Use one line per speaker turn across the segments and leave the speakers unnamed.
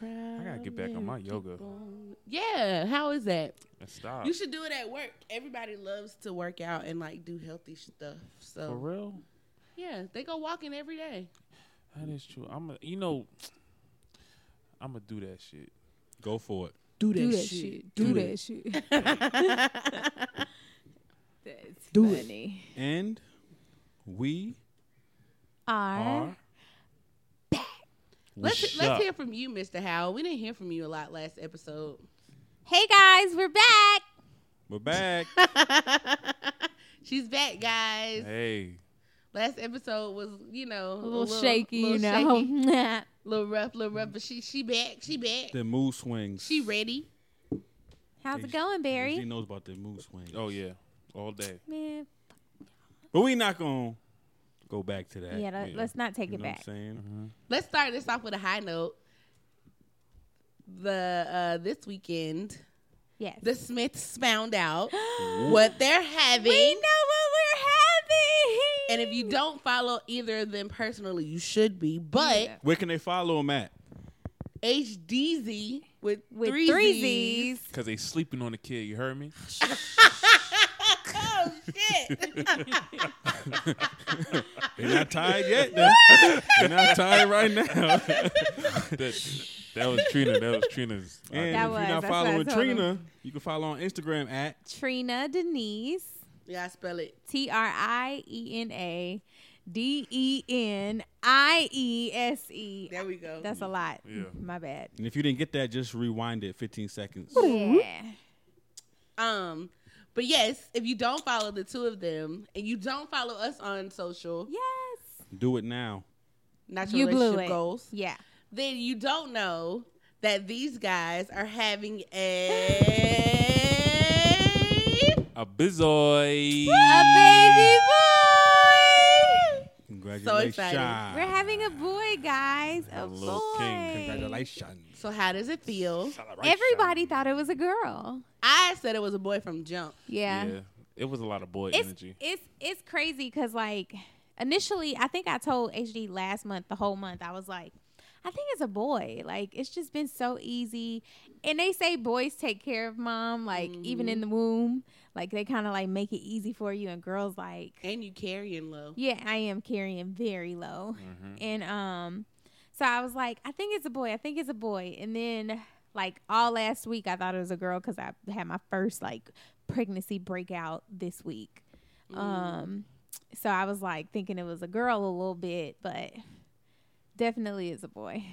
gotta get back on my yoga.
Yeah, how is that?
And stop.
You should do it at work. Everybody loves to work out and like do healthy stuff.
For
So
real?
yeah, they go walking every day.
That is true. I'm a, you know, I'm gonna do that shit.
Go for it.
Do that,
Do
shit. Do that
shit. That's
Do it.
funny.
And we
Are
Are
we
Let's
shut.
let's hear from you, Mr. Howell. We didn't hear from you a lot last episode.
hey guys, we're back.
We're back.
She's back, guys.
hey,
Last episode was, you know,
A little, shaky, you know.
shaky, little rough, little rough, but she she back, she back,
the mood swings.
she ready.
How's
Hey,
it going,
She
Barry?
knows about the mood swings.
oh yeah, all day.
Man,
But we not gonna go back to that.
yeah, let,
yeah.
us not take
you
it
know what
back.
I'm saying?
Mm-hmm.
Let's start this off with a high note. The uh this weekend,
Yes.
the Smiths found out what they're having.
we know what we're having.
And if you don't follow either of them personally, you should be. But
Yeah.
Where can they follow him at?
HDZ with,
with
three, Z's.
Cause they sleeping on the kid. You heard me?
Oh shit!
They're not tired yet. though. They're not tired right now.
That, that was Trina. That was Trina's.
And
That
if
was-
you're not
that's what I
following
told him.
Trina, you can follow on Instagram at
Trina Denise,
yeah, I spell it.
T R I E N A D E N I E S E.
There we go.
That's a lot.
Yeah.
My bad.
and if you didn't get that, just rewind it 15 seconds.
Yeah.
Um, but yes, if you don't follow the two of them and you don't follow us on social,
Yes.
Do it now.
not your
You blew
relationship
it.
goals,
Yeah.
then you don't know that these guys are having a
A bizoy.
A baby boy.
Congratulations.
excited.
We're having a boy, guys. A
Hello,
boy.
King.
Congratulations.
So how does it feel?
Everybody thought it was a girl.
I said it was a boy from jump.
Yeah.
Yeah.
it was a lot of boy
It's
energy.
it's it's crazy because like initially I think I told HD last month the whole month I was like I think it's a boy like it's just been so easy and they say boys take care of mom like even in the womb like they kind of like make it easy for you and girls like
And you carrying low.
Yeah, I am carrying very low.
Mm-hmm.
And um so I was like, I think it's a boy. I think it's a boy. And then like all last week I thought it was a girl cuz I had my first like pregnancy breakout this week. Um so I was like thinking it was a girl a little bit, but definitely is a boy.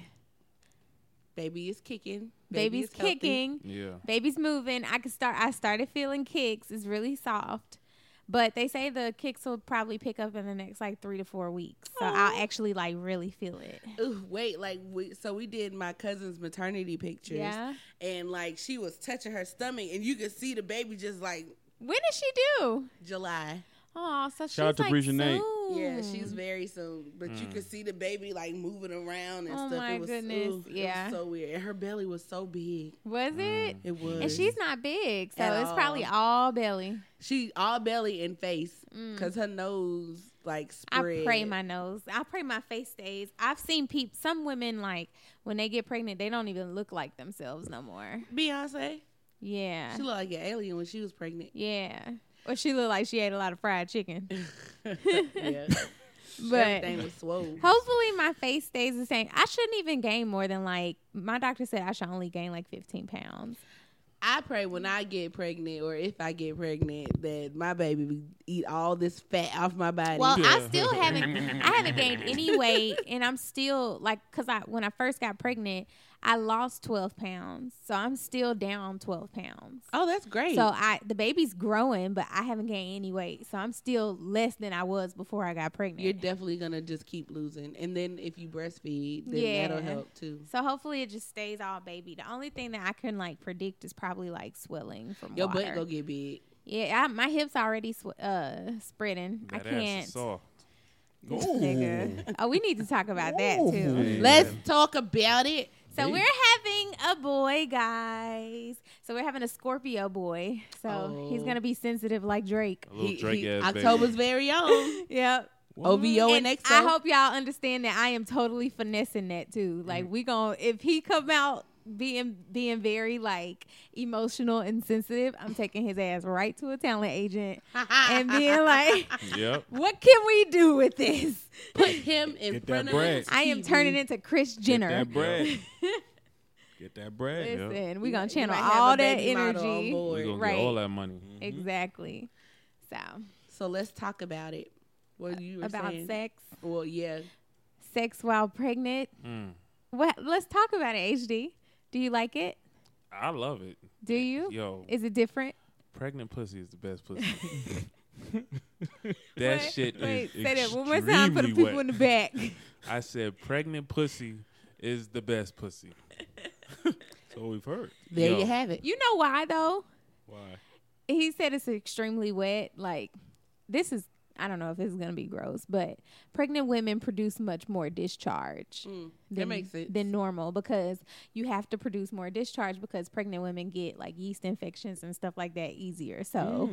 Baby is kicking. Baby
Baby's
is healthy.
kicking
Yeah.
baby's moving i could start i started feeling kicks it's really soft but they say the kicks will probably pick up in the next like three to four weeks so i'll actually like really feel it
Ooh, wait, like we, so we did my cousin's maternity pictures,
Yeah.
and like she was touching her stomach, and you could see the baby just like
when does she do
July.
oh so she's
Shout out to
like
Bridget Nate.
soon.
Yeah, she's very soon, but you could see the baby like moving around and
Oh
stuff.
my
it was,
goodness,
ooh, it was
yeah.
so weird, and her belly was so big.
was
Mm.
it
It was,
and she's not big so
At
it's probably all belly
she all belly and face because her nose like spread.
Mm. I pray my nose. I pray my face stays. I've seen peep. Some women like when they get pregnant, they don't even look like themselves no more.
Beyonce.
Yeah,
She looked like an alien when she was pregnant.
yeah. Or she looked like she ate a lot of fried chicken.
yeah,
But
everything was swole.
hopefully my face stays the same. I shouldn't even gain more than like my doctor said I should only gain like 15 pounds.
I pray when I get pregnant or if I get pregnant that my baby be- eat all this fat off my body.
Well, I
Yeah.
still haven't I haven't gained any weight and I'm still like cuz I when I first got pregnant, I lost 12 pounds. So I'm still down 12 pounds.
oh, that's great.
So I the baby's growing, but I haven't gained any weight. So I'm still less than I was before I got pregnant.
you're definitely gonna just keep losing, and then if you breastfeed, then
Yeah.
that'll help too.
so hopefully it just stays all baby. The only thing that I can like predict is probably like swelling from
Your
water.
butt gonna get big.
Yeah, I, my hips already sw- uh, spreading. I
That ass
can't.
is soft.
Nigga. Oh, we need to talk about that too.
Let's talk about it.
So we're having a boy, guys. So we're having a Scorpio boy. So he's
Oh.
gonna be sensitive like Drake.
A little Drake ass baby.
October's very own
Yep.
OVO and,
And
XO.
I hope y'all understand that I am totally finessing that too. Like we gon' if he come out being being very like emotional and sensitive, I'm taking his ass right to a talent agent and being like,
Yep.
"What can we do with this?"
put him in
Get that
front of
bread.
I am turning into Chris Jenner.
Get that bread. Get that bread.
Listen,
Yep.
we gonna channel all that energy.
We gonna
Right.
get all that money.
Mm-hmm.
Exactly. So
So let's talk about it. What you were
about
saying?
sex,
Well, yeah.
sex while pregnant.
Mm.
What? Let's talk about it. HD. Do you like it?
I love it.
Do you?
Yo,
Is it different?
pregnant pussy is the best pussy. that
Wait,
shit
wait,
is
say that
extremely
one more time for the people
wet.
in the back.
I said pregnant pussy is the best pussy.
So we've heard.
There
Yo.
you have it.
You know why though?
Why?
He said it's extremely wet. Like this is I don't know if this is gonna be gross, but pregnant women produce much more discharge
Mm, that
than,
makes sense.
than normal because you have to produce more discharge because pregnant women get like yeast infections and stuff like that easier. So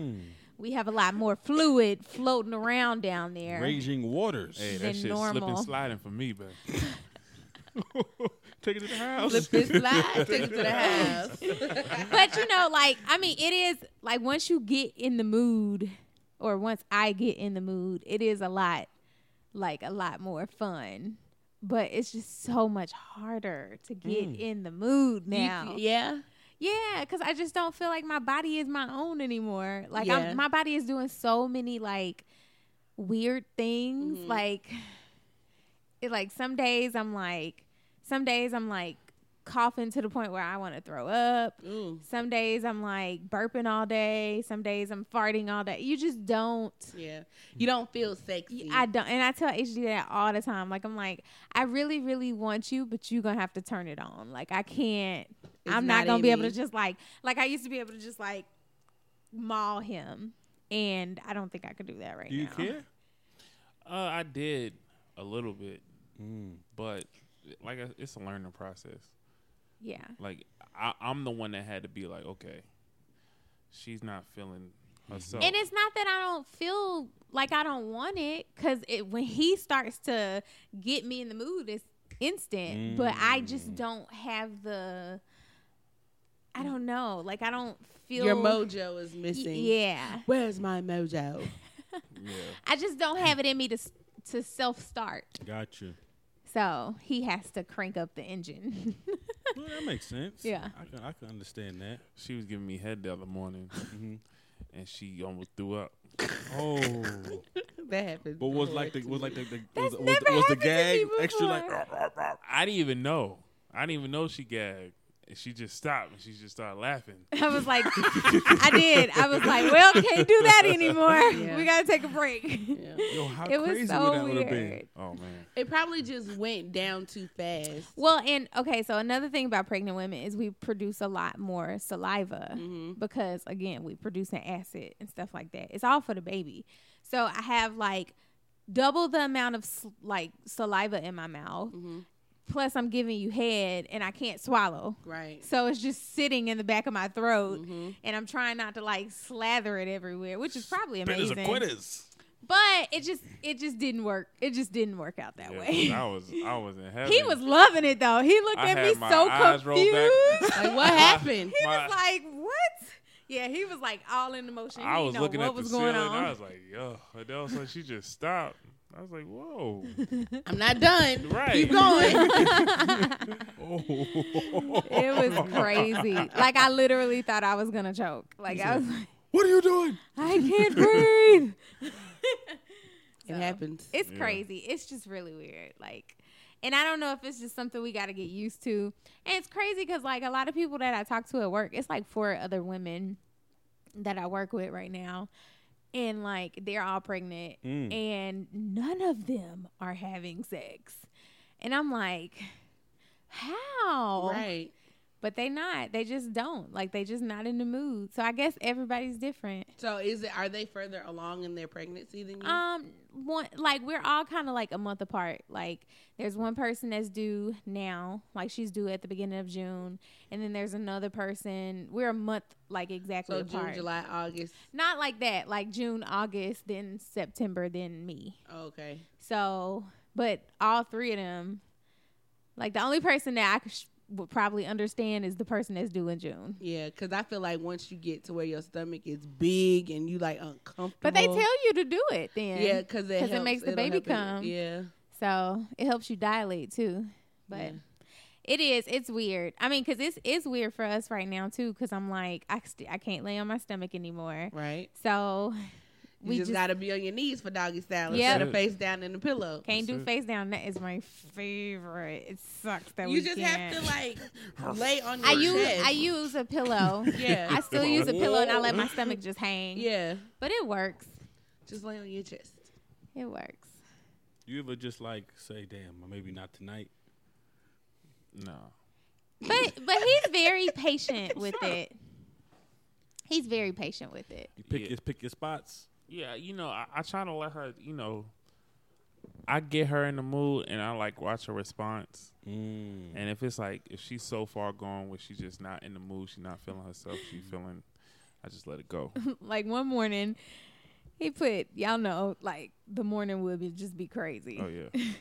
we have a lot more fluid floating around down there.
Raging waters.
Hey,
Than
that shit slipping
normal.
sliding for me, but
Take it to the house.
Flip this slide, take it to the house.
but you know, like I mean, it is like once you get in the mood, or once I get in the mood, it is a lot, like a lot more fun. But it's just so much harder to get in the mood now.
Mm. You- yeah.
Yeah, because I just don't feel like my body is my own anymore. Like
Yeah.
I'm, my body is doing so many like weird things.
Mhm.
Like it like some days I'm like some days I'm like coughing to the point where I want to throw up.
Mm,
Some days I'm like burping all day. Some days I'm farting all day. You just don't.
yeah. You don't feel sexy.
I don't, and I tell HD that all the time. Like I'm like, I really, really want you, but you gonna have to turn it on. Like I can't.
It's
I'm not,
not
gonna
in
be able
me.
to just like, like I used to be able to just like maul him, and I don't think I could do that right
Do you
now.
care?
uh, I did a little bit,
Mm.
but like I, it's a learning process.
Yeah,
Like I, I'm the one that had to be like, okay, she's not feeling herself.
and it's not that I don't feel like I don't want it, cause it when he starts to get me in the mood, it's instant. But I just don't have the. I don't know. Like I don't feel
Your mojo is missing.
Yeah.
Where's my mojo?
yeah.
I just don't have it in me to s- to self start.
Gotcha.
So he has to crank up the engine.
Well, that makes sense.
Yeah.
I can, I can understand that.
She was giving me head the other morning,
Mhm.
and she almost threw up.
Oh.
That happened.
But was like the
before
was
to
like
me.
the, the was,
That's
was,
never
was the
happened to me
gag extra like "Oh,
before.
I didn't even know. I didn't even know she gagged. And she just stopped and she just started laughing.
I was like, I did. I was like, well, can't do that anymore.
Yeah.
We gotta take a break.
Yeah.
yo how
It
crazy
was so
would that would have been?
weird.
Oh man.
It probably just went down too fast.
Well, and okay, so another thing about pregnant women is we produce a lot more saliva
Mhm.
because again, we produce an acid and stuff like that. It's all for the baby. So I have like double the amount of s- like saliva in my mouth.
Mhm.
Plus, I'm giving you head, and I can't swallow.
Right.
So it's just sitting in the back of my throat,
Mhm.
and I'm trying not to like slather it everywhere, which is probably
Bitters and
amazing.
quitters.
But it just it just didn't work. It just didn't work out that
Yeah,
way.
I was I was in heaven.
he was loving it though. He looked
I
at me
had my
so
eyes rolled back.
confused.
Like what happened?
he
My-
was like, "What?" Yeah, he was like all in the motion. He
I was
know
looking
what
at the
was
ceiling.
going on.
I was like, yo, and then all of a sudden she just stopped. I was like, whoa.
I'm not done.
Right.
Keep going.
Oh.
it was crazy. Like I literally thought I was gonna choke. Like I was like,
what are you doing?
I can't breathe.
It
So.
happens.
It's
Yeah.
crazy. It's just really weird. Like, and I don't know if it's just something we got to get used to. And it's crazy because like a lot of people that I talk to at work, it's like four other women that I work with right now, and like they're all pregnant,
Mm.
and none of them are having sex. And I'm like, how?
Right.
But they not. They just don't. Like they just not in the mood. So I guess everybody's different.
So is it are they further along in their pregnancy than you?
Um, one like we're all kind of like a month apart. Like there's one person that's due now, like she's due at the beginning of June, and then there's another person. We're a month like exactly
so June,
apart.
July, August.
Not like that. Like June, August, then September, then me.
Okay.
So, but all three of them, like the only person that I could sh- would probably understand is the person that's due in June.
Yeah, because I feel like once you get to where your stomach is big and you like uncomfortable,
But they tell you to do it then.
yeah, because
it
it, helps.
makes the
It'll
baby
help it.
come.
Yeah,
So it helps you dilate too. But
Yeah.
it is. It's weird. I mean, because it's it's weird for us right now too. Because I'm like, I st- I can't lay on my stomach anymore.
right.
So
You
we
just,
just,
gotta be on your knees for doggy style
Yeah.
instead of face down in the pillow.
can't do
That's it.
face down. That is my favorite. It sucks that
You
we
just
can't.
have to like lay on your
I use
chest.
I use a pillow.
yeah,
I still use a pillow and I let my stomach just hang.
yeah.
But it works.
Just lay on your chest.
It works.
You ever just like say, "Damn, maybe not tonight."
No.
But but he's very patient with it. He's very patient with it.
You pick
Yeah.
your pick your spots.
Yeah, you know, I, I try to let her. You know, I get her in the mood, and I like watch her response.
Mm.
And if it's like if she's so far gone where she's just not in the mood, she's not feeling herself, she's feeling. I just let it go.
like one morning he put y'all know like the morning would be just be crazy
Oh yeah.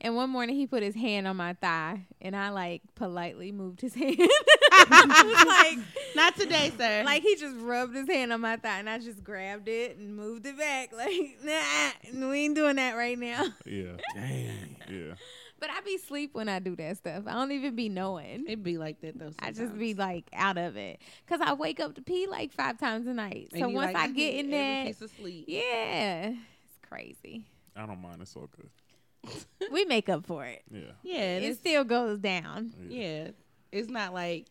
and one morning he put his hand on my thigh and i like politely moved his hand I was like
Not today, sir.
like he just rubbed his hand on my thigh and i just grabbed it and moved it back like nah we ain't doing that right now
Yeah.
Dang.
Yeah.
but i be sleep when i do that stuff i don't even be knowing
it be like that though.
I just
sometimes.
be like out of it because I wake up to pee like five times a night.
And
so
you
once
like,
I get
need
in
every
that,
piece of sleep.
yeah, it's crazy.
I don't mind. It's all good.
we make up for it.
Yeah.
yeah, and
it
it's,
still goes down.
yeah. It's not like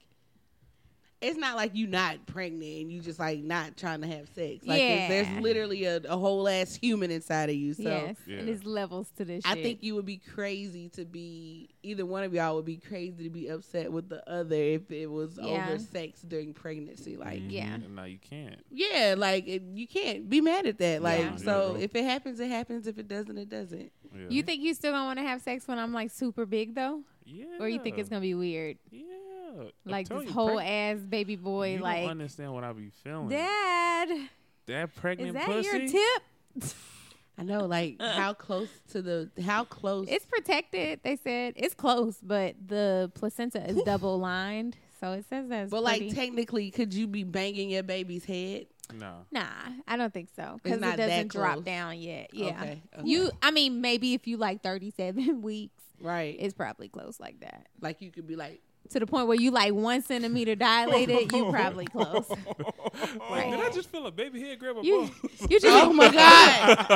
it's not like you not pregnant and you just like not trying to have sex. Like it's-
Yeah.
there's literally a, a whole ass human inside of you. So
yes,
Yeah.
and it's levels to this.
I
shit.
think you would be crazy to be either one of y'all would be crazy to be upset with the other if it was
Yeah. Mm-hmm.
over sex during pregnancy. Like
Mhm.
yeah.
And now you can't.
yeah, like it, you can't be mad at that. Like
Yeah.
so,
Yeah.
if it happens, it happens. If it doesn't, it doesn't.
Yeah.
you think you still gonna want to have sex when I'm like super big though,
Yeah.
or you think it's gonna be weird,
Yeah. I'm
like
telling
this
you,
whole
preg-
ass baby boy,
You don't
like
understand what I be feeling.
Dad,
that
is
pregnant
that
pussy.
your tip?
I know, like how close to the how close.
It's protected. They said it's close, but the placenta is double lined, so it says that's.
but like
pretty-
technically, could you be banging your baby's head?
No.
Nah, I don't think so because it
not
doesn't
that
drop
close.
down yet. Yeah,
Okay, okay.
you. I mean, maybe if you like thirty-seven weeks,
right?
it's probably close like that.
like you could be like,
to the point where you like one centimeter dilated, you probably close.
Like,
Oh.
did I just feel a baby head grab a
You,
ball?
you just
oh my god!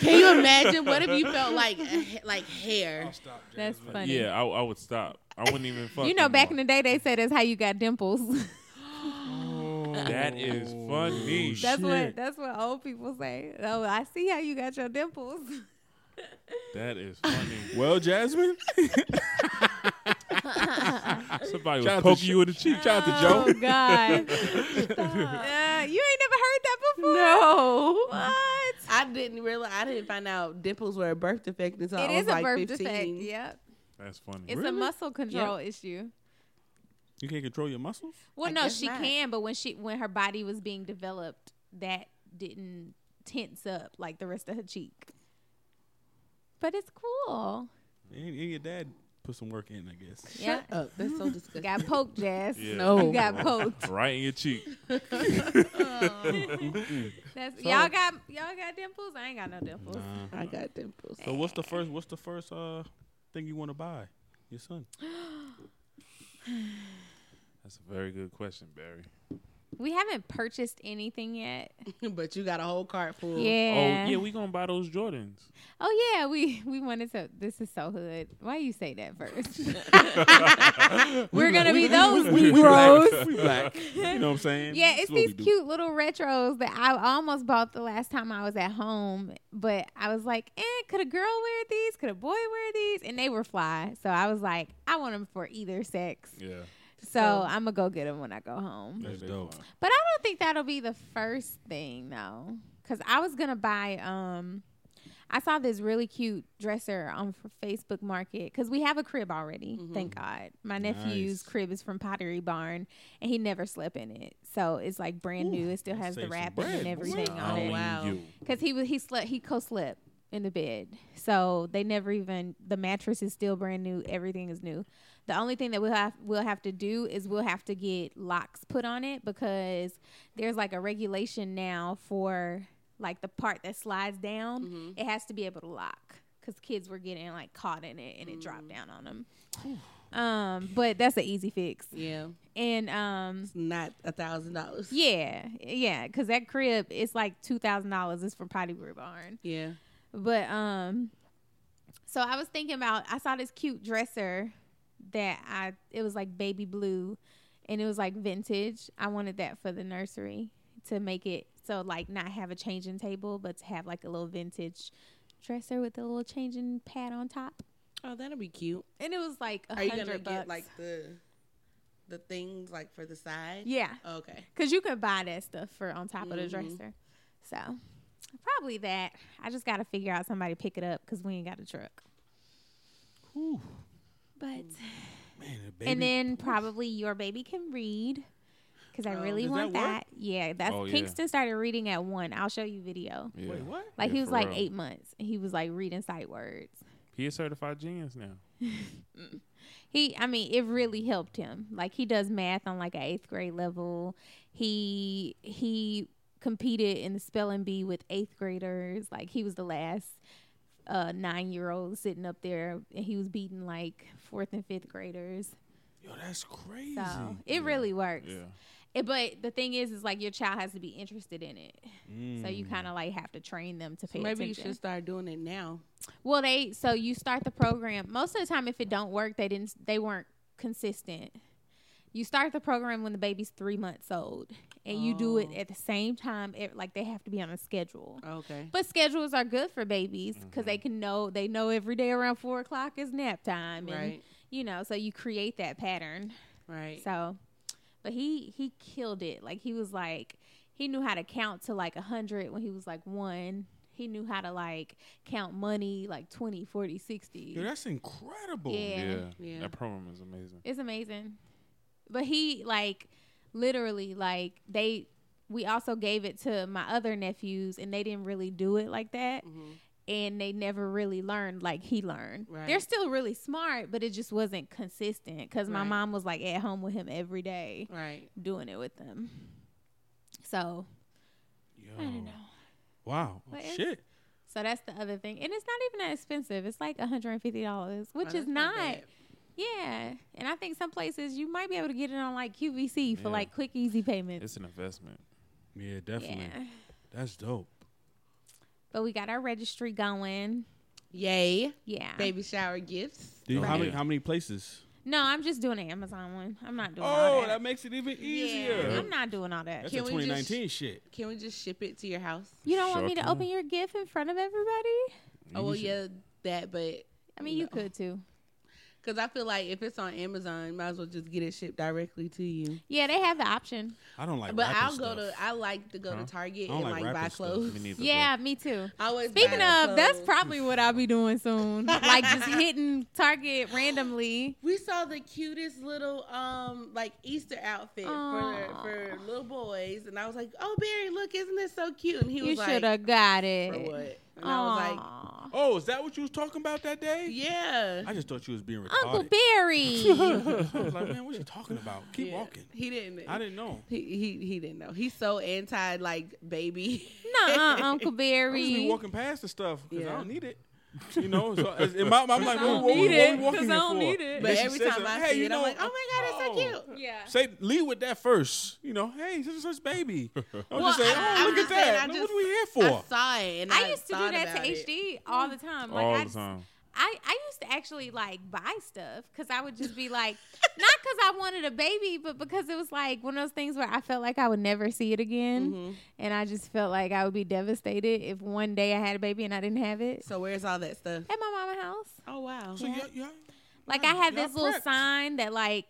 Can you imagine? What if you felt like a ha- like hair?
Stop,
That's
Jasmine.
funny.
Yeah, I, I would stop. I wouldn't even fuck.
You know, back in the day, they said that's how you got dimples.
that is funny.
that's what
Shit.
that's what old people say. Oh, I see how you got your dimples.
that is funny.
Well, Jasmine,
Somebody was
Shout out to
poking
Sh-
you in the cheek.
shout out to
Oh
Joe.
God! Uh, you ain't never heard that before.
No.
What?
I didn't realize. I didn't find out dimples were a birth defect until
It
I was
is a
like
birth
15.
defect. Yep.
That's funny.
It's a
Really?
muscle control issue.
you can't control your muscles.
Well,
I
no,
guess
she
not.
can, but when she when her body was being developed, that didn't tense up like the rest of her cheek. But it's cool.
And, and your dad put some work in, I guess.
yeah,
Oh, that's so disgusting.
got poked, Jazz.
Yeah.
No.
You got poked.
right in your cheek.
That's, y'all got y'all got dimples. I ain't got no dimples.
I got dimples.
Eh.
So what's the first? What's the first uh thing you want to buy? Your son.
That's a very good question, Barry.
We haven't purchased anything yet.
but you got a whole cart full.
Yeah.
Oh yeah, we gonna buy those Jordans.
Oh yeah, we we wanted to. This is so hood. Why you say that first? We're gonna be those bros.
black. We black. You know what I'm saying?
Yeah, it's
That's what we
these
do.
cute little retros that I almost bought the last time I was at home, but I was like, eh, could a girl wear these? Could a boy wear these? And they were fly. So I was like, I want them for either sex.
Yeah.
So
So-
I'm going to go get them when I go home.
That's
They
dope.
fine.
But I don't think that'll be the first thing, though. Because I was going to buy, um, I saw this really cute dresser on for Facebook Market because we have a crib already.
Mhm.
Thank God. My
Nice.
nephew's crib is from Pottery Barn, and he never slept in it, so it's like brand new. It still
that
has the
saves some
wrapping
bread,
and
boy.
everything on
Oh,
it
wow.
You.
because he was he slept he co slept in the bed, so they never even the mattress is still brand new. Everything is new, The only thing that we'll have we'll have to do is we'll have to get locks put on it because there's like a regulation now for like the part that slides down. It has to be able to lock because kids were getting like caught in it and it dropped down on them. um, but that's an easy fix.
Yeah,
And um,
it's not a thousand dollars.
yeah, yeah, because that crib it's like two thousand dollars. It's from Potty Brew Barn.
yeah.
But um so I was thinking about I saw this cute dresser that I it was like baby blue and it was like vintage. I wanted that for the nursery to make it so like not have a changing table but to have like a little vintage dresser with a little changing pad on top.
Oh, that'll be cute.
And it was like a
Are you gonna
hundred bucks.
get like the the things like for the side?
yeah,
Okay.
because you can buy that stuff for on top of the
Mhm.
dresser. So probably that. I just got to figure out somebody to pick it up because we ain't got a truck.
Whew.
But
Mm.
Man, the
and
baby-
then probably your baby can read because I
Oh,
really
does
want
that work?
that. Yeah, that's
Oh, yeah.
Kingston started reading at one. I'll show you video.
Yeah.
Wait, what?
Like
Yeah,
he was
for
like
real.
eight months. and He was like reading sight words.
He is certified genius now.
He, I mean, it really helped him. Like he does math on like an eighth grade level. He he competed in the spelling bee with eighth graders. Like he was the last uh, nine year old sitting up there, and he was beating like fourth and fifth graders.
Yo, that's crazy.
So
Yeah.
it really works.
Yeah.
It, but the thing is, is like your child has to be interested in it, so you
Mm.
kind of like have to train them to pay
Maybe you
attention.
should start doing it now.
well, they so you start the program. Most of the time, if it don't work, they didn't. They weren't consistent. You start the program when the baby's three months old, and you do it
Oh.
at the same time. It, like they have to be on a schedule.
Okay.
But schedules are good for babies because
Mm-hmm.
they can know they know every day around four o'clock is nap time, and
Right.
you know, so you create that pattern.
Right.
So, but he he killed it. Like he was like he knew how to count to like a 100 when he was like 1. He knew how to like count money like 20, 40, 60.
Yo, that's incredible.
Yeah.
Yeah.
That program is amazing.
It's amazing. But he like literally like they we also gave it to my other nephews and they didn't really do it like that
Mhm.
and they never really learned like he learned.
Right.
They're still really smart, but it just wasn't consistent cuz my
Right.
mom was like at home with him every day
Right.
doing it with them. So
Yo.
I don't know.
Wow.
What is-
Shit.
So that's the other thing, and it's not even that expensive. It's like one hundred and fifty dollars, which
Oh,
is
that's
not.
bad.
yeah, and I think some places you might be able to get it on like QVC for
Yeah.
like quick, easy payments.
It's an investment.
Yeah, definitely.
Yeah,
That's dope.
but we got our registry going.
Yay.
Yeah.
Baby shower gifts.
Do you,
Oh,
how many
yeah.
how many places?
No, I'm just doing an Amazon one. I'm not doing all
Oh,
that.
that makes it even easier.
Yeah, I'm not doing all that.
That's
Can
a
we
2019 shit.
Can we just ship it to your house?
You don't want
Sure
me to
can.
open your gift in front of everybody?
Oh well,
should-
yeah, that. But
I mean, you
No.
could too.
because I feel like if it's on Amazon, you might as well just get it shipped directly to you.
Yeah, they have the option.
I don't like.
but
wrapping
I'll
stuff.
go to. I like to go to
Huh?
Target
I
and
don't
like,
like
buy
wrapping stuff.
clothes.
Me neither,
Yeah, me too.
I always
Speaking
buy
of, that's
clothes.
probably what I'll be doing soon. like just hitting Target randomly.
We saw the cutest little um like Easter outfit
Aw.
for for little boys, and I was like, "Oh, Barry, look, isn't this so cute?" And he was
You
like,
should have got it.
"For what?" And I was like,
Aw.
Oh, is that what you was talking about that day?
"Yeah."
I just thought you was being
Uncle
retarded.
Barry.
I was like, man, what you talking about? Keep
Yeah.
walking.
He didn't.
I didn't know.
He, he he didn't know. He's so anti like baby.
Nuh-uh, Uncle
I just be
Barry.
walking past the stuff because
Yeah.
I don't need it. You know, so it's- in my, I'm like,
I
what,
don't
what,
need
what
it,
we walking
'cause I
here
don't
for?
need it.
But
Then she
every
says,
time I
hey,
see
you
it,
know,
I'm like, "Oh my god, that's so
oh."
cute."
Yeah.
Say, lead with that first. You know, hey, this is such baby. I'm
Well,
just saying,
I-
oh,
I'm
look
just
at
saying, I
that. Look,
just-
what are we here
I
for?
saw it, and I,
I used to do
thought
that to
about it.
HD all the time. Like
all
I,
the time.
I, I used to actually like buy stuff because I would just be like, not because I wanted a baby, but because it was like one of those things where I felt like I would never see it again,
Mhm.
and I just felt like I would be devastated if one day I had a baby and I didn't have it
So where's all that stuff?
at my mama's house.
Oh wow.
So, yeah, yeah.
Like I had
Y'all
this little
prepped.
sign that like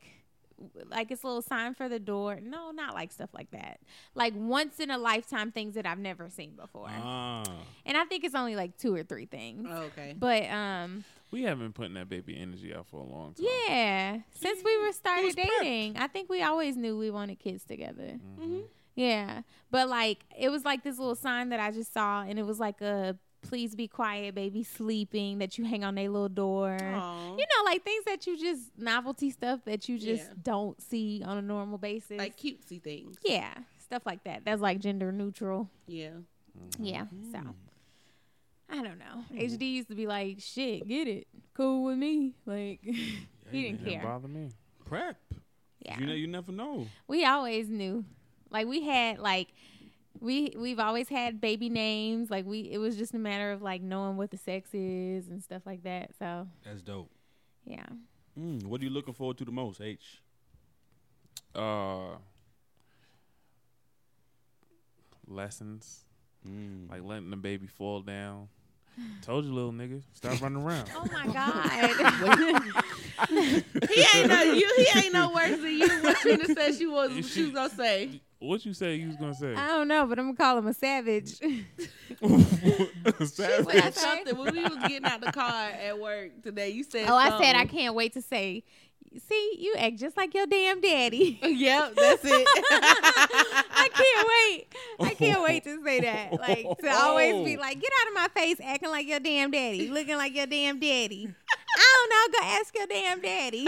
w- like it's a little sign for the door. No, not like stuff like that. Like once in a lifetime things that I've never seen before.
Ah.
And I think it's only like two or three things.
Oh, okay.
But um
We have been putting that baby energy out for a long time.
yeah, since we were started
was prepped.
dating, I think we always knew we wanted kids together.
Mm-hmm.
Yeah. But like it was like this little sign that I just saw and it was like a please be quiet, baby sleeping, that you hang on their little door.
Aw.
You know, like things that you just novelty stuff that you just
Yeah.
don't see on a normal basis.
like cutesy things.
yeah, stuff like that. That's like gender neutral.
Yeah.
Yeah. So I don't know. HD used to be like, shit, get it. Cool with me. Like he
It
didn't
didn't
care.
bother me.
Prep.
Yeah.
You know, you never know.
we always knew. Like we had like we we've always had baby names. Like we it was just a matter of like knowing what the sex is and stuff like that. So
That's dope.
yeah.
Mm, what are you looking forward to the most, H?
Uh, lessons
Mm.
like letting the baby fall down. Told you, little nigga, stop running around.
Oh my god.
He ain't no you. He ain't no worse than you. What you done said she was. What she was gonna say?
What you say you was gonna say?
I don't know, but I'm gonna call him a savage.
Savage.
What'd I
Wait,
say?
something. When we was getting out the car at work today, you said.
oh, I said I
something.
can't wait to say. See, you act just like your damn daddy.
Yep, that's
I
it.
can't wait. I can't wait to say that. Like to always be like, get out of my face, acting like your damn daddy, looking like your damn daddy. I don't know. Go ask your damn daddy.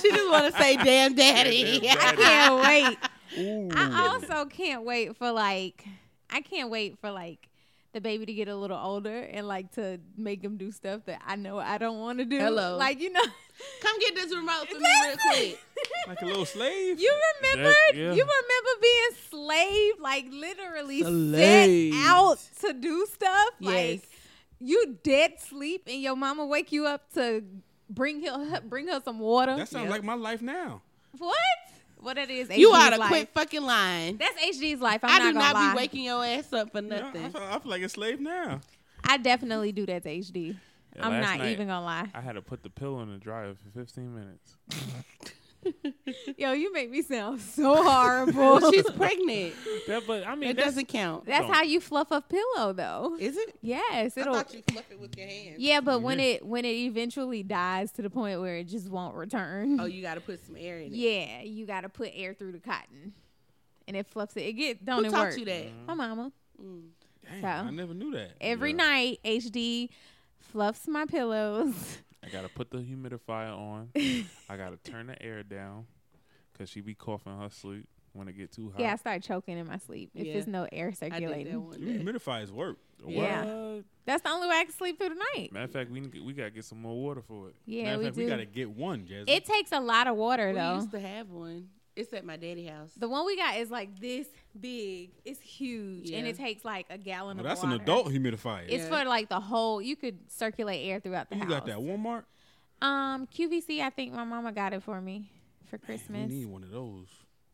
she just want to say, "Damn, daddy."
Damn
I
daddy.
can't wait.
Ooh.
I also can't wait for like. I can't wait for like the baby to get a little older and like to make him do stuff that I know I don't want to do.
Hello.
Like you know.
Come get this remote for me real quick.
like a little slave.
You remember?
That- yeah.
You remember being slave, like literally
Slave.
set out to do stuff. Like
Yes.
you dead sleep, and your mama wake you up to bring her bring her some water.
that sounds like my life now.
what? What it is?
You
HG's
ought to
life.
quit fucking lying.
That's HG's life. I'm
I
not
do
gonna
not
lie.
be waking your ass up for
You know, I,
nothing.
feel, I feel like a slave now.
I definitely do that to HD.
Yeah,
I'm
last
not
night,
even gonna lie.
I had to put the pillow in the dryer for 15 minutes.
Yo, you make me sound so horrible.
Well, she's pregnant.
That, but I mean,
It
that's-
doesn't count.
That's how you fluff a pillow, though.
Is it?
Yes,
I
it'll.
thought you fluff it with your hands.
Yeah, but when it when it eventually dies to the point where it just won't return.
Oh, you got to put some air in it.
yeah, you got to put air through the cotton, and it fluffs it. It get don't
Who
it
taught
work?
you that?
Mm-hmm.
My mama.
Mm.
Damn,
So.
I never knew that.
Every
Yeah.
night, HD fluffs my pillows.
I gotta put the humidifier on. I gotta turn the air down because she be coughing her sleep when it get too hot.
yeah, I start choking in my sleep if
Yeah.
there's no air
I did that
circulating.
one
You
day.
humidifiers work.
What?
Yeah. That's the only way I can sleep through the night.
Matter of fact, we can get- we gotta get some more water for it.
Yeah,
Matter of
we
fact,
do.
we gotta get one, Jazzy.
it takes a lot of water
We
though.
used to have one. It's at my daddy house.
the one we got is like this big. It's huge, and
Yeah.
it takes like a gallon
well,
of
that's
water.
an adult humidifier.
It's
Yeah.
for like the whole. You could circulate air throughout the
you
house.
got that Walmart?
Um, QVC. I think my mama got it for me for
We
Christmas.
need one of those.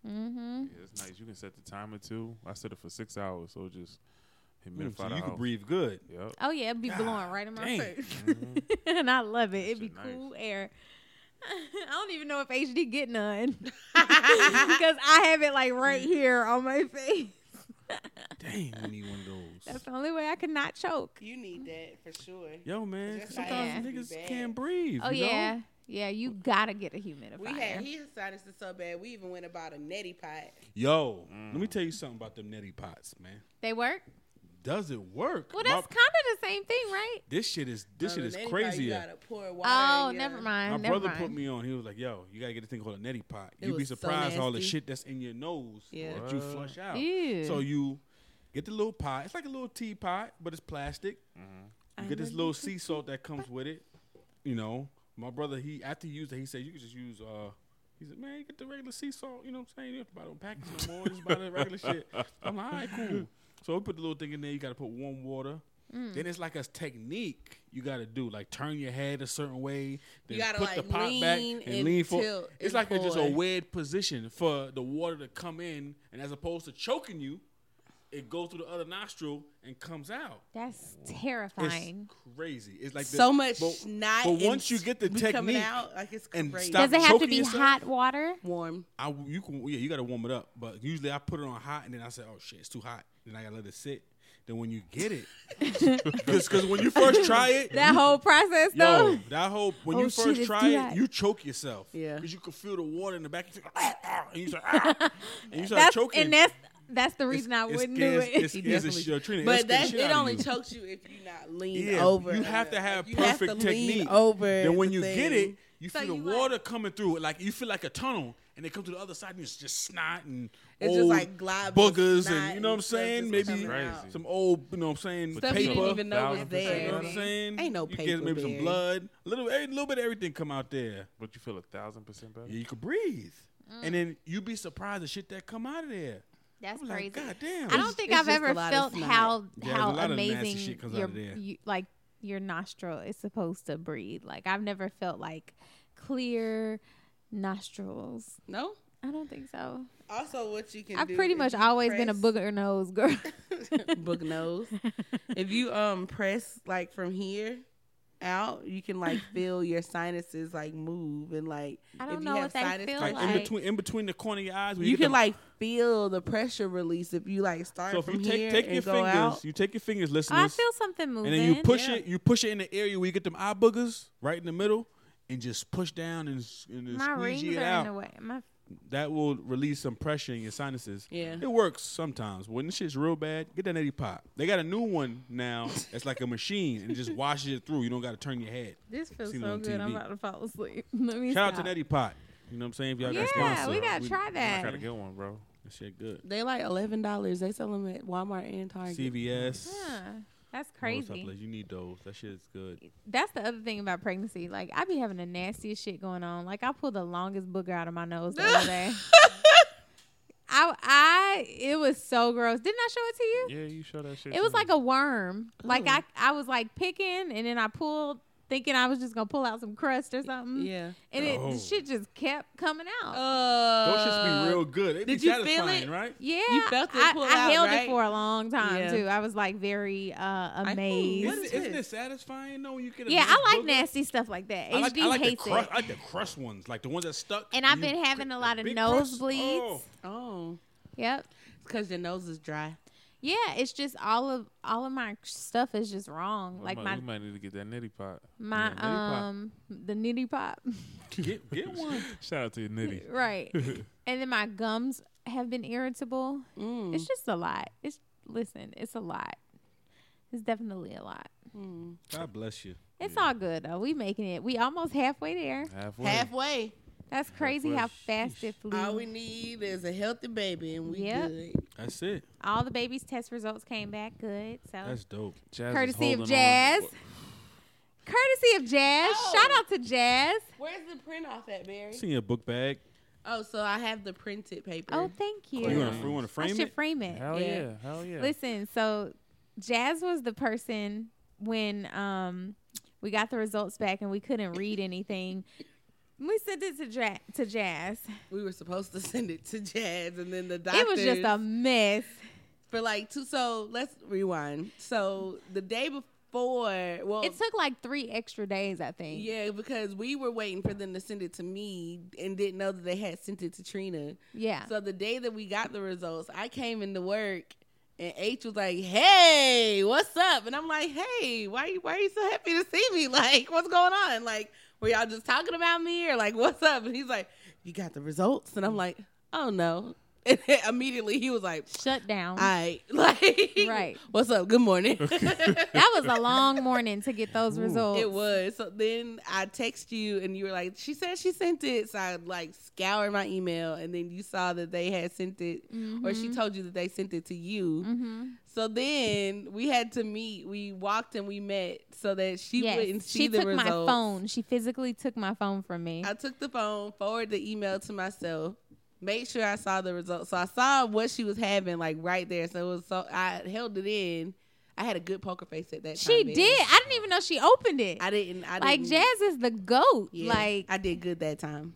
Mm-hmm.
Yeah, it's nice. You can set the timer too. I set it for six hours, so it just
Mm,
humidify
so
the
you can
house.
breathe good.
Yep.
Oh yeah, it'd be blowing
God Mm-hmm.
right in my
dang.
face, and I love it. It'd
That
be
shit nice.
cool air. I don't even know if HD get none because I have it like right here on my face.
Dang, we need one of those.
That's the only way I could not choke.
You need that for sure.
Yo, man, 'cause
That's
how
sometimes
it
is.
niggas
Be bad.
can't breathe.
Oh
you know?
yeah, yeah. You gotta get a humidifier.
We had his sinuses so bad. We even went about a neti pot.
Yo, let me tell you something about them neti pots, man.
they work.
Does it work?
Well,
My-
that's kind of the same thing, right?
this shit is this
On
shit
a
is
Uh, neti pot, You
crazier.
gotta pour water.
Oh,
in your-
never
My
mind. never
brother
mind.
put me on. He was like, "Yo, you gotta get this thing called a neti pot.
It
You'd be
was so
surprised all the
nasty.
shit that's in your nose
Yeah.
that you
What?
flush out."
Ew.
So you get the little pot. It's like a little teapot, but it's plastic. You get this little sea salt that comes with it. You know, my brother, he after he used it, he said you could just use. uh He said, "Man, you get the regular sea salt. You know what I'm saying? You don't have to buy no packets no more. Just buy the regular shit." I'm like, "All right, cool." So we put the little thing in there. You got to put warm water.
Mm.
Then it's like a technique you got to do, like turn your head a certain way, then
You gotta,
put the
like,
pot back
lean
and,
and
lean forward.
tilt
It's
and
like a, just a
pour.
weird position for the water to come in, and as opposed to choking you, it goes through the other nostril and comes out.
That's terrifying.
It's crazy. It's like the-
so much
but-
snot.
But
and
once you get the
be coming
technique,
out, like it's
and
crazy.
stop-
Does it have to
choking
be
yourself?
hot water?
warm.
I you can yeah you got to warm it up. But usually I put it on hot, and then I say, oh shit, it's too hot. Then I gotta let it sit. than when you get it. Because when you first try it,
That whole process though.
Yo, that whole when
Oh,
you
shit,
first
it's
try
DI.
it, you choke yourself.
Yeah.
because you can feel the water in the back. You like, and you start, ah, and you start
that's
choking.
and that's that's the
It's-
reason I
it
wouldn't
scares,
do it.
It scares the
definitely-
shit- Trina, it
But
scares
that
the shit
it
out of
only
you.
chokes you if you're not leaned
Yeah,
over.
you have
enough.
to have
Like, you have
perfect
to lean
technique.
over.
Then when
the
you get
thing.
it, you
So
feel
you
the
like-
water coming through it, like you feel like a tunnel, and it comes to the other side, and it's just snot and
It's
old
just like globs,
boogers,
snot
and you know what I'm
stuff
saying?
just
Maybe
coming
Crazy.
out.
some old, you know what I'm saying,
Stuff
Stuff
paper.
you didn't even know was
Thousand percent.
there.
you know what I'm
man.
saying?
Ain't no
you
paper
Get maybe
there.
some blood, a little, a little bit of everything come out there.
But you feel a thousand percent better.
Yeah, you could breathe.
Mm.
And then you'd be surprised the shit that come out of there.
That's
I'm
crazy.
like, Oh God damn.
I don't think
it's
I've
just
ever
a lot of
felt
snot.
how
Yeah,
how
a lot of nasty
amazing
shit comes out
your
of there.
you, like your nostril is supposed to breathe. Like I've never felt like clear nostrils.
No.
I don't think so.
Also, what you can
I've
do
pretty
if
much
you
always been a
press-
booger nose girl. Oh,
book nose. if you um press like from here out, you can like feel your sinuses like move and like
I don't
if
know
you have
what they
sinus
feel
like,
pressure-
like-
in between in between the corner of your eyes when
You
get
can
the-
like feel the pressure release if you like start
so if
from
you take
here
take
and
your
go
fingers
out.
you take your fingers listeners
I feel something moving.
and then you push
yeah.
it you push it in the area where you get them eye boogers right in the middle and just push down and, s- and just
My rings
squeegee it
are in the
out
way. My
that will release some pressure in your sinuses
Yeah.
it works sometimes when this shit's real bad get that nitty pop they got a new one now that's like a machine and it just washes it through you don't got to turn your head
this feels
Seen it
so
on
good. I'm
TV.
about to fall asleep. Let me
shout out
stop.
to nitty pop you know what I'm saying? If y'all got
Yeah,
sponsor,
we gotta try that.
I gotta get one, bro.
That shit good.
They like eleven dollars. They sell them at Walmart and Target.
CVS.
Huh. That's
all those type of
crazy.
places. You need those. That shit is good.
That's the other thing about pregnancy. Like I be having the nastiest shit going on. Like I pulled the longest booger out of my nose the other day. I I it was so gross. Didn't I show it to you?
Yeah, you show that shit.
It
to
was
me.
like a worm. Like
Ooh.
I I was like picking and then I pulled thinking I was just gonna pull out some crust or something.
Yeah.
And it
Oh.
the shit just kept coming out.
Uh,
Those shits be real good. They
did
be
you feel
satisfying,
it?
right?
yeah.
felt it
I,
pull
I
out,
held
right?
it for a long time
Yeah.
too. I was like very uh
think-
amazed.
What
Isn't,
is
isn't
this?
it satisfying though? When you get a
Yeah,
nice
I like
booger?
nasty stuff like that.
I like,
HD
I like the
hates
crust.
it.
I like the crust ones, like the ones that stuck.
And I've
You
been having
get
a lot
the
of
big crust.
nosebleeds.
Oh,
Oh,
Yep.
it's because your nose is dry.
Yeah, it's just all of all of my stuff is just wrong.
We
Like
might-
my
we might need to get that nitty pot.
my
yeah, nitty pop.
um the nitty pop.
get get one.
Shout out to your nitty.
right. and then my gums have been irritable.
Mm.
It's just a lot. It's listen, it's a lot. It's definitely a lot.
Mm.
God bless you.
It's all good though. We making it. We almost halfway there.
Halfway.
Halfway.
That's crazy how fast it flew.
All we need is a healthy baby, and we
Yep.
good.
That's it.
all the baby's test results came back good. So
That's dope.
Jazz is
courtesy
holding
of
on.
Jazz. Courtesy of Jazz.
Oh.
Shout out to Jazz.
Where's the print off at, Barry?
Seen your book bag.
Oh, so I have the printed paper.
Oh, thank you.
Yeah.
You want to want to
I
frame
should
it?
frame it.
Hell
Yeah.
yeah. Hell yeah.
Listen, so Jazz was the person when um we got the results back and we couldn't read anything. We sent it to ja- to Jazz.
we were supposed to send it to Jazz, and then the doctor.
It was just a mess.
for like two. So let's rewind. So the day before, well,
It took like three extra days, I think.
Oh. yeah, because we were waiting for them to send it to me and didn't know that they had sent it to Trina.
Yeah.
So the day that we got the results, I came into work. And H was like, "Hey, what's up?" And I'm like, "Hey, why you why are you so happy to see me? Like, what's going on? Like, were y'all just talking about me or like what's up?" And he's like, "You got the results." And I'm like, "Oh no!" And immediately he was like,
Shut down.
"All right, like,
Right.
What's up? Good morning."
that was a long morning to get those results.
It was. So then I text you and you were like, she said she sent it. So I like scoured my email and then you saw that they had sent it or she told you that they sent it to you.
Mm-hmm.
So then we had to meet. We walked and we met so that she
Yes.
wouldn't see
she
the
took
results.
my phone. She physically took my phone from me.
I took the phone, forwarded the email to myself, made sure I saw the results. So I saw what she was having like right there. So it was so I held it in. I had a good poker face at that time.
she
bitch.
did. I didn't even know she opened it.
I didn't. I
like
didn't,
Jazz is the goat.
Yeah,
Like
I did good that time.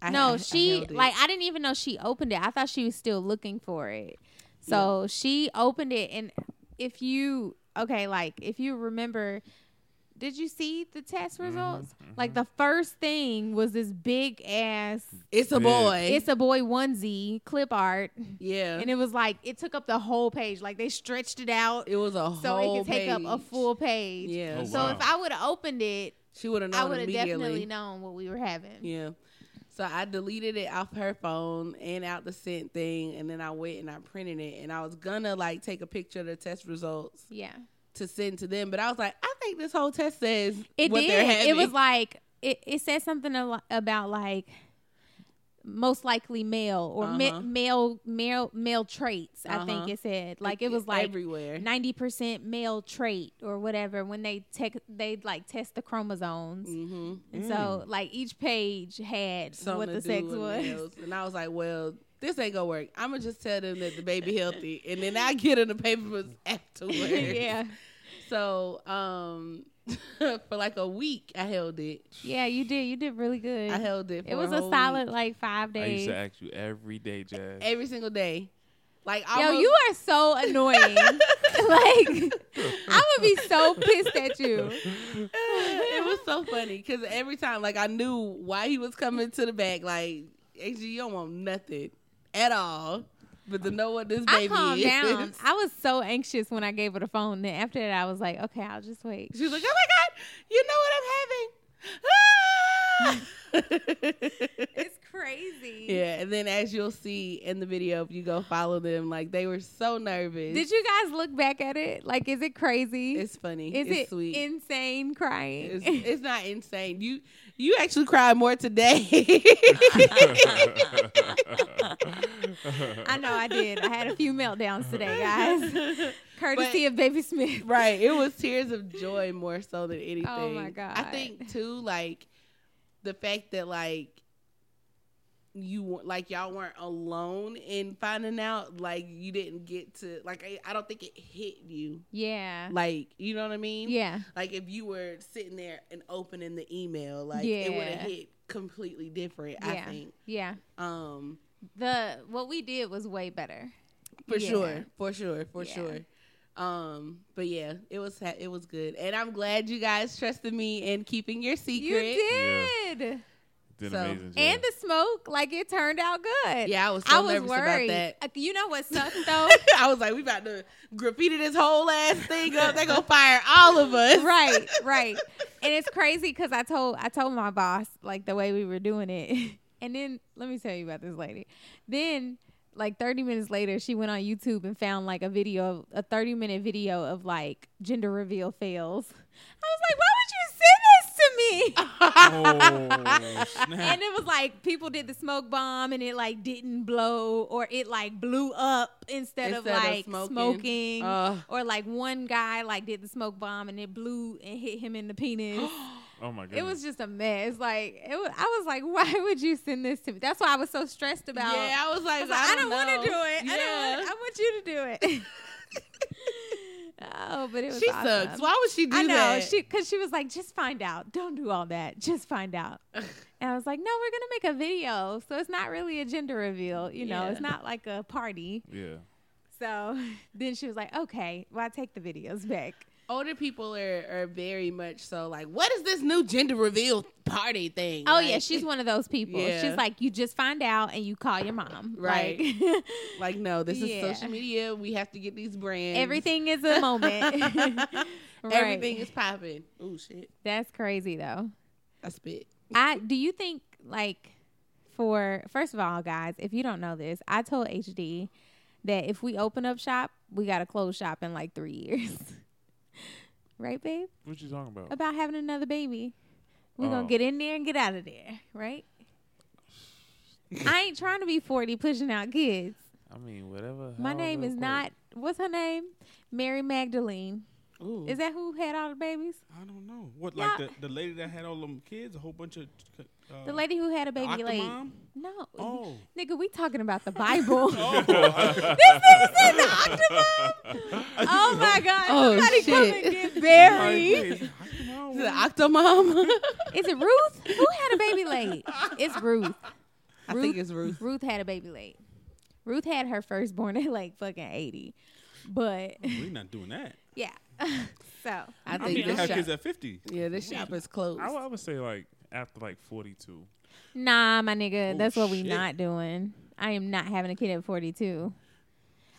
I,
no,
I- I
she
held it.
like I didn't even know she opened it. I thought she was still looking for it. So she opened it, and if you okay, like if you remember, Did you see the test
Mhm,
results? Like
mhm.
the first thing was this big ass
It's a
Big.
boy.
it's a boy onesie clip art
yeah.
and it was like it took up the whole page. Like they stretched it out
it was a
so
whole
it could take up a
page.
full page.
Yeah.
Oh,
So
wow.
if I would have opened it,
She would have
I
known
would have
immediately.
definitely known what we were having.
Yeah. So I deleted it off her phone and out the sent thing, and then I went and I printed it, and I was gonna like take a picture of the test results
Yeah.
to send to them, but I was like, I think this whole test says
It
what they're
did.
having.
It was like it, it said something a lo- about like most likely male or ma-
Uh-huh.
male male male traits. I think
Uh-huh.
it said like it was like
everywhere.
ninety percent male trait or whatever when they take they like test the chromosomes.
Mm-hmm.
And so like each page had what the sex was.
and I was like, well, this ain't gonna work. I'm gonna just tell them that the baby healthy, and then I get in the papers afterwards.
yeah,
So, um, for like a week, I held it.
yeah, you did. You did really good.
I held it. For
it was
a
a
whole
solid
week.
like five
I used
days.
to ask you every day, Jazz.
every single day. Like,
Yo,
almost,
you are so annoying. like, I would be so pissed at you.
it was so funny because every time, like, I knew why he was coming to the back. Like, HG, you don't want nothing at all, but to know what this
I
baby
calmed
is.
down. I was so anxious when I gave her the phone. Then after that, I was like, okay, I'll just wait.
She was like, "Oh my god, you know what I'm having." Ah!
It's crazy.
yeah, and then as you'll see in the video, if you go follow them, like they were so nervous.
Did you guys look back at it? Like, is it crazy?
It's funny.
is
it's
it
sweet.
insane crying?
it's, it's not insane. You you actually cried more today.
I know I did. I had a few meltdowns today, guys. Courtesy of Baby Smith.
right. It was tears of joy more so than anything.
Oh, my God.
I think too, like the fact that like you wa- like y'all weren't alone in finding out. Like you didn't get to like I, I don't think it hit you.
Yeah.
Like you know what I mean?
Yeah.
Like if you were sitting there and opening the email, like it would
Yeah.
have hit completely different. I
yeah.
think.
Yeah.
Um.
The what we did was way better.
for
Yeah.
sure for sure for
Yeah.
sure um but yeah it was ha- it was good and i'm glad you guys trusted me in keeping your secret
You did.
Did
So-
amazing, Jazz.
And the smoke, like it turned out good.
yeah i was so
I was
nervous
worried.
about
Uh, You know what sucked though?
that i was like we about to graffiti this whole ass thing up they're gonna fire all of us
right, right. And it's crazy because I told I told my boss like the way we were doing it, and then let me tell you about this lady. Then like 30 minutes later, she went on YouTube and found like a video, a 30 minute video of like gender reveal fails. I was like, why would you send this
Oh,
to me?
snap.
and it was like people did the smoke bomb and it like didn't blow or it like blew up instead, of
Instead of
like
smoking.
smoking Oh,
Ugh.
or like one guy like did the smoke bomb and it blew and hit him in the penis
oh my god,
it was just a mess like it was, i was like why would you send this to me that's why i was so stressed about
yeah i was like
I, was like, I don't, want
know.
to do it I, don't
yeah
wanna, I want you to do it oh but it was
she
awesome.
sucks why would she do
I know
that
she because she was like, just find out. Don't do all that. Just find out. and I was like, no, we're gonna make a video, so it's not really a gender reveal. You know, it's
Yeah.
not like a party.
yeah.
So then she was like, okay, well, I take the videos back.
older people are, are very much so like what is this new gender reveal party thing
Oh
Like-
yeah, she's one of those people.
Yeah.
She's like, you just find out and you call your mom.
Right.
Like,
Like, no, this is
Yeah.
social media. We have to get these brands.
everything is a moment. right.
Everything is popping. Oh shit,
That's crazy though.
I spit.
I do you think like for first of all, guys, if you don't know this, I told HD that if we open up shop, we gotta close shop in like three years. right, babe?
What you talking about?
About having another baby. We're
Oh.
gonna get in there and get out of there, right? I ain't trying to be forty pushing out kids.
I mean, whatever.
My
however
name
it
is
works.
not what's her name? Mary Magdalene.
Ooh.
Is that who had all the babies?
I don't know. What, like
Yeah.
the, the lady that had all them kids? A whole bunch of. Uh,
The lady who had a
the
baby late.
Octomom?
No.
Oh.
Nigga, we talking about the Bible.
Oh.
said the octomom. Oh my god!
Oh,
Somebody come
shit.
and get
Like,
buried.
wait, Octomom?
Is it Octomom?
Is it Ruth? Who had a baby late? It's Ruth.
I think it's Ruth.
Ruth had a baby late. Ruth had her firstborn at like fucking eighty, but
We're not doing that.
yeah. so
I
I
think
mean, they
this
have
shop-
kids at fifty.
Yeah, this shop is closed.
I would, I would say like after like 42.
Nah, my nigga,
Oh,
that's what we
shit.
not doing. I am not having a kid at 42.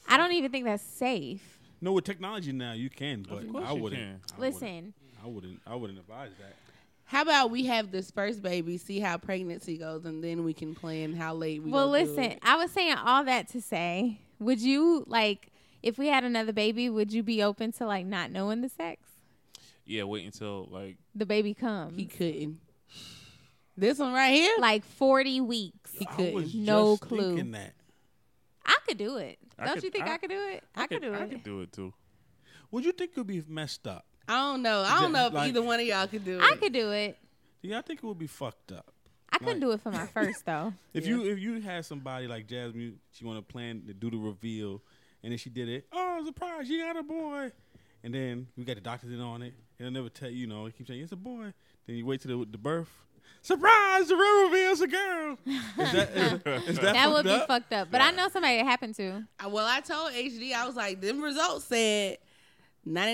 I don't even think that's safe.
No, with technology now you can, but
course
I
you
wouldn't.
can.
I wouldn't.
Listen,
I wouldn't. I wouldn't advise that.
How about we have this first baby, see how pregnancy goes, and then we can plan how late we.
well,
gonna do
listen,
it.
I was saying all that to say, would you like if we had another baby, would you be open to like not knowing the sex?
Yeah, wait until like
The baby comes.
he couldn't. This one right here,
like 40 weeks.
he
I was
couldn't.
No
just
clue.
Thinking that.
I could do it.
I
don't
could-
you think I,
I-
could do it? I, could, do
I
it.
could do it too.
Would you think it would be messed up?
I don't know. I don't know if
Like-
either one of y'all could do it.
I could do it.
Do y'all think it would be fucked up?
I couldn't
Like-
do it for my first though.
If
Yeah.
you if you had somebody like Jasmine, she want to plan to do the reveal, and then she did it. Oh, surprise! You got a boy, and then we got the doctors in on it. And they'll never tell you. know, keep saying it's a boy. Then you wait till the, the birth. Surprise! The real reveal is a girl. Is that is, is that,
That would
fucked
be
up?
fucked up. But I know somebody it happened to.
I- Well, I told HD, I was like, them results said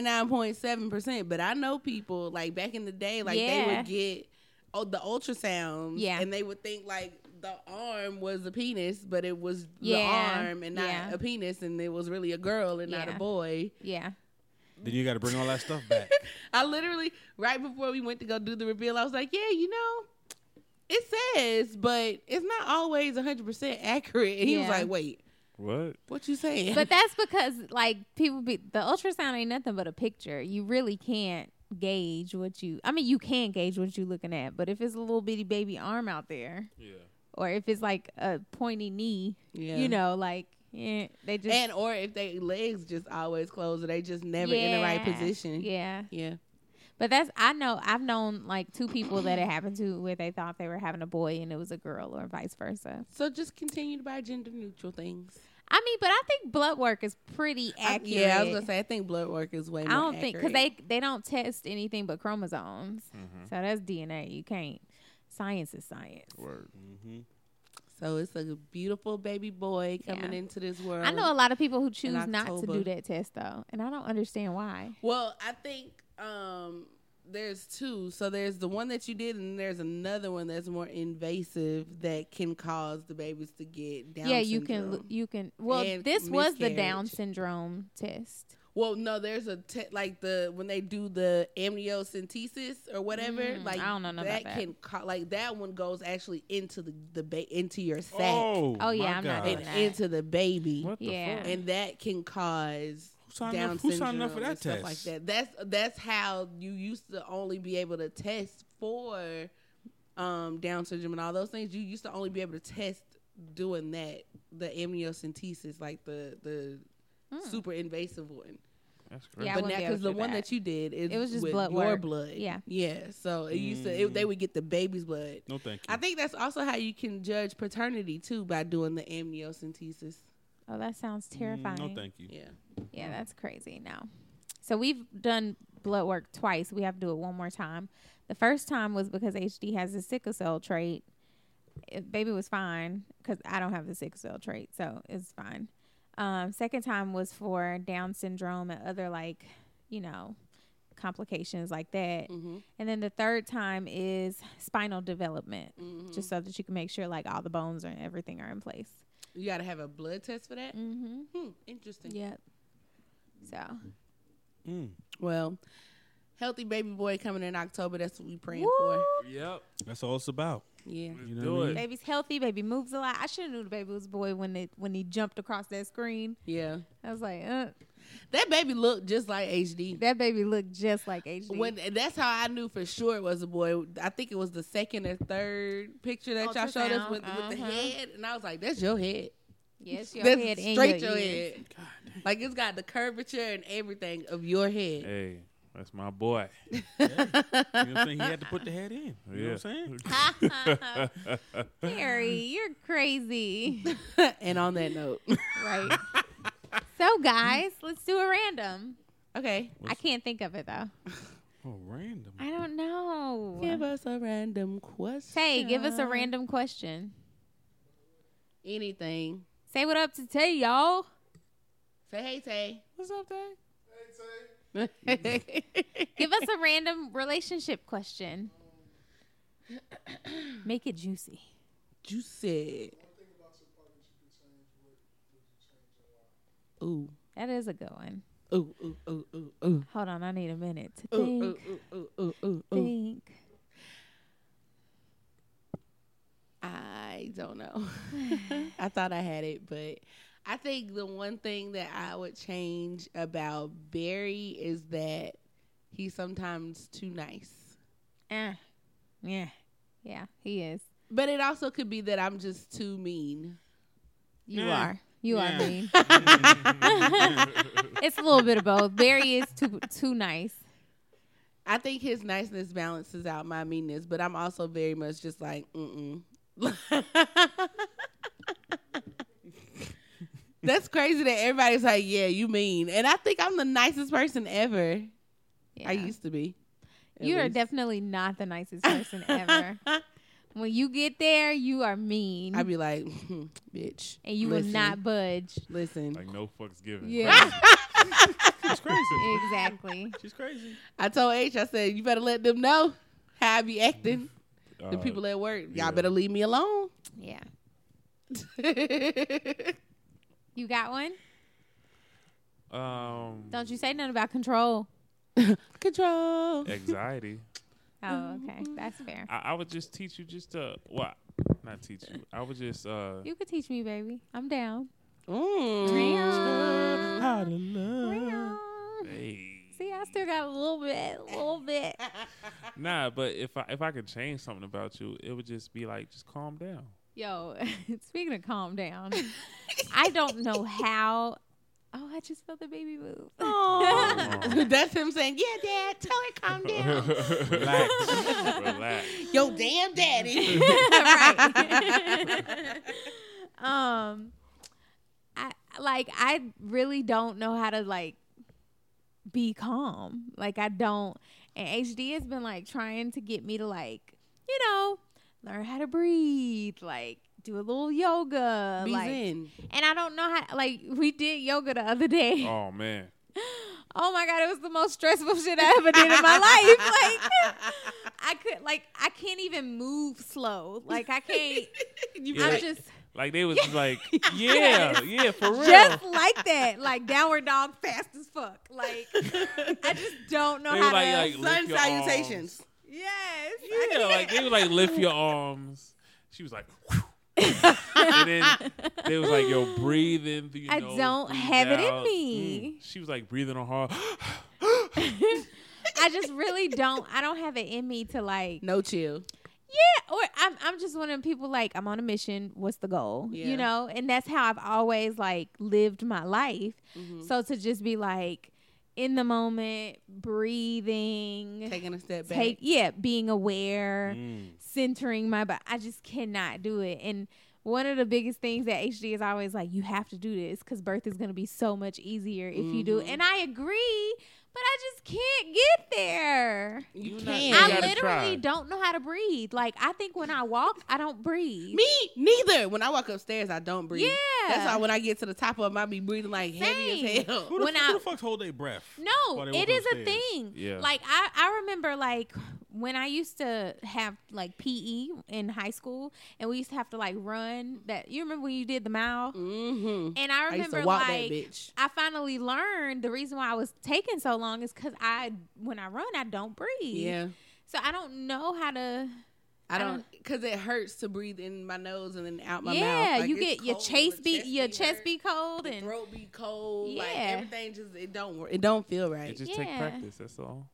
99.7%, but I know people, like, back in the day, like, they
Yeah.
would get oh, the ultrasound,
Yeah.
and they would think, like, the arm was a penis, but it was
Yeah,
the arm and not
yeah.
a penis, and it was really a girl and not
Yeah.
a boy.
Yeah.
Then you got to bring all that stuff back.
I literally, right before we went to go do the reveal, I was like, yeah, you know, it says, but it's not always 100% accurate. And he was
Yeah.
like, wait,
What?
what you saying?
But that's because like people be the ultrasound ain't nothing but a picture. You really can't gauge what you I mean you can gauge what you're looking at, but if it's a little bitty baby arm out there
Yeah.
or if it's like a pointy knee,
yeah.
you know, like eh, they just
and or if they legs just always closed or they just never in the right
Yeah.
position. Yeah.
Yeah.
Yeah.
But that's I know I've known like two people that it happened to where they thought they were having a boy and it was a girl or vice versa.
So just continue to buy gender neutral things.
I mean, but I think blood work is pretty
I-
accurate.
yeah, I was gonna say I think blood work is way.
I
More
don't think because
accurate.
they they don't test anything but chromosomes,
Mhm.
so that's DNA. You can't. Science is science.
Word.
mm-hmm.
so it's a beautiful baby boy coming
Yeah.
into this world.
I know a lot of people who choose not to
October.
do that test though, and I don't understand why.
Well, I think um, there's two. So there's the one that you did, and there's another one that's more invasive that can cause the babies to get down.
yeah, you
syndrome.
can you can. Well,
and
this was the Down
miscarriage.
syndrome test.
Well, no, there's a te- like the when they do the amniocentesis or whatever,
Mm,
like
I don't know about that.
can ca- like that one goes actually into the the ba- into your sac
Oh,
Oh, yeah,
my
I'm
God.
not doing
and
that.
into the baby,
What the
Yeah.
fuck?
and that can cause
Who signed
Down
up? Who
syndrome
signed up for
and
that
stuff
test?
like that. That's that's how you used to only be able to test for um, Down syndrome and all those things. You used to only be able to test doing that the amniocentesis, like the the
Hmm.
super invasive one.
That's crazy.
Yeah, I
but now
wouldn't be
because
able
the
to do
one
that.
that you did, is
It was just
with
blood
your
work.
blood.
Yeah.
yeah. So it used to it, they would get the baby's blood.
No, thank you.
I think that's also how you can judge paternity too by doing the amniocentesis.
Oh, that sounds
Mm,
terrifying.
No, thank you.
Yeah,
Yeah, that's crazy. Now, so we've done blood work twice. We have to do it one more time. The first time was because HD has a sickle cell trait. Uh, Baby was fine because I don't have the sickle cell trait, so it's fine. Um, second time was for Down syndrome and other like, you know, complications like that.
mm-hmm.
And then the third time is spinal development,
Mhm.
just so that you can make sure like all the bones and everything are in place.
you got to have a blood test for that.
Mm-hmm.
Hmm, interesting.
Yep. So
Mm.
Well, healthy baby boy coming in October. That's what we praying for.
Woo!
Yep.
That's all it's about.
Yeah.
Let's
You know
do
what I
it.
mean?
Baby's healthy. Baby moves a lot. I should have knew the baby was a boy when it when he jumped across that screen.
Yeah,
I was like, uh,
that baby looked just like HD.
that baby looked just like HD.
When that's how I knew for sure it was a boy. I think it was the second or third picture that y'all showed us
Ultrasound,
with, with the
uh-huh.
head, and I was like, "That's your head.
yes, your
that's
head and
straight
your,
your
ears.
head. Like it's got the curvature and everything of your head."
Hey, that's my boy.
You know what I'm saying? He had to put the head in. You know what I'm saying?
Harry, you're crazy,
and on that note,
right? so, guys, let's do a random.
okay,
I can't think of it though.
Oh, random.
I don't know.
give us a random question.
Tay, give us a random question.
anything.
Say what up to Tay, y'all.
Say hey, Tay.
What's up, Dave?
Give us a random relationship question. Make it juicy.
you said. Ooh,
That is a good one.
ooh, ooh, ooh, ooh, ooh,
Hold on, I need a minute to
ooh,
think.
ooh, ooh, ooh, ooh, ooh, ooh.
Think.
I don't know. I thought I had it, but I think the one thing that I would change about Barry is that he's sometimes too nice.
Eh. Yeah. Yeah, he is.
But it also could be that I'm just too mean.
You
Yeah.
are. You
Yeah.
are mean. it's a little bit of both. Barry is too too nice.
I think his niceness balances out my meanness, but I'm also very much just like, mm mm. That's crazy that everybody's like, yeah, you mean. And I think I'm the nicest person ever.
Yeah.
I used to be. at
you are
least.
definitely not the nicest person ever. When you get there, you are mean.
I'd be like, "Hmm, bitch.
Mm-hmm. and you will
listen,
not budge.
Listen.
Like no fucks given.
Yeah.
She's crazy.
exactly.
She's crazy.
I told H, I said, you better let them know how I be acting.
Uh,
the people at work,
yeah.
y'all better leave me alone.
Yeah. You got one?
um,
Don't you say nothing about control.
Control.
anxiety.
Oh, okay. That's fair.
I, I would just teach you just to what? not teach you. I would just uh.
You could teach me, baby. I'm down.
Mm.
How to love.
hey.
See, I still got a little bit, a little bit.
Nah, but if I if I could change something about you, it would just be like just calm down.
Yo, speaking of calm down, I don't know how. Oh, I just felt the baby move.
Aw. That's him saying, yeah, dad, tell her calm down.
Relax. Relax.
Yo, damn daddy.
right. um, I like I really don't know how to like be calm. Like I don't. And HD has been like trying to get me to like you know learn how to breathe, like do a little yoga,
Be
like.
zen.
And I don't know how. Like we did yoga the other day.
Oh man.
Oh my god, it was the most stressful shit I ever did in my life. Like I could like I can't even move slow. Like I can't
You
Yeah.
I'm
like-
just
Like they was like, yeah, yeah, for real.
just like that. Like downward dog fast as fuck. Like I just don't know
They
how
were like-
to
like-
sun
Lift your
salutations.
Yes. I
yeah, like
can't.
they would like lift your arms. She was like, "Whew." and then they was like, yo, breathe in through your
I
nose,
don't
breathe
have it in
out.
me.
Mm. She was like breathing on hard.
I just really don't I don't have it in me to like
No chill.
or I'm I'm just one of them people like I'm on a mission. What's the goal?
Yeah.
You know, and that's how I've always like lived my life.
Mhm.
So to just be like in the moment, breathing,
Taking a step back.
take yeah, being aware, centering my body. I just cannot do it. And one of the biggest things that HD is always like, you have to do this because birth is going to be so much easier if you do.
Mhm.
And I agree, but I just can't get there.
you
You not-
can't.
I
gotta
literally
try.
don't know how to breathe. Like I think when I walk, I don't breathe.
Me neither. When I walk upstairs, I don't breathe.
Yeah.
That's why when I get to the top of them, I be breathing like heavy
Same.
as hell.
Who the,
When
who
I-
the fuck's hold their breath?
No,
while they walk
it is a
upstairs.
thing.
Yeah.
Like I, I remember like when I used to have like PE in high school and we used to have to like run that you remember when you did the mile?
Mm-hmm.
And I
I used
remember
to walk that
like
bitch.
I finally learned the reason why I was taking so long is cuz I when I run I don't breathe.
Yeah.
So I don't know how to
I
I
don't because it hurts to breathe in my nose and then out my mouth.
Yeah,
Like,
you
it's
get your
cold,
chest be your
hurt,
chest be cold
your
and
throat be cold. Like
Yeah.
everything just it don't wor- it don't feel
It
right.
just take
Yeah.
practice. That's all.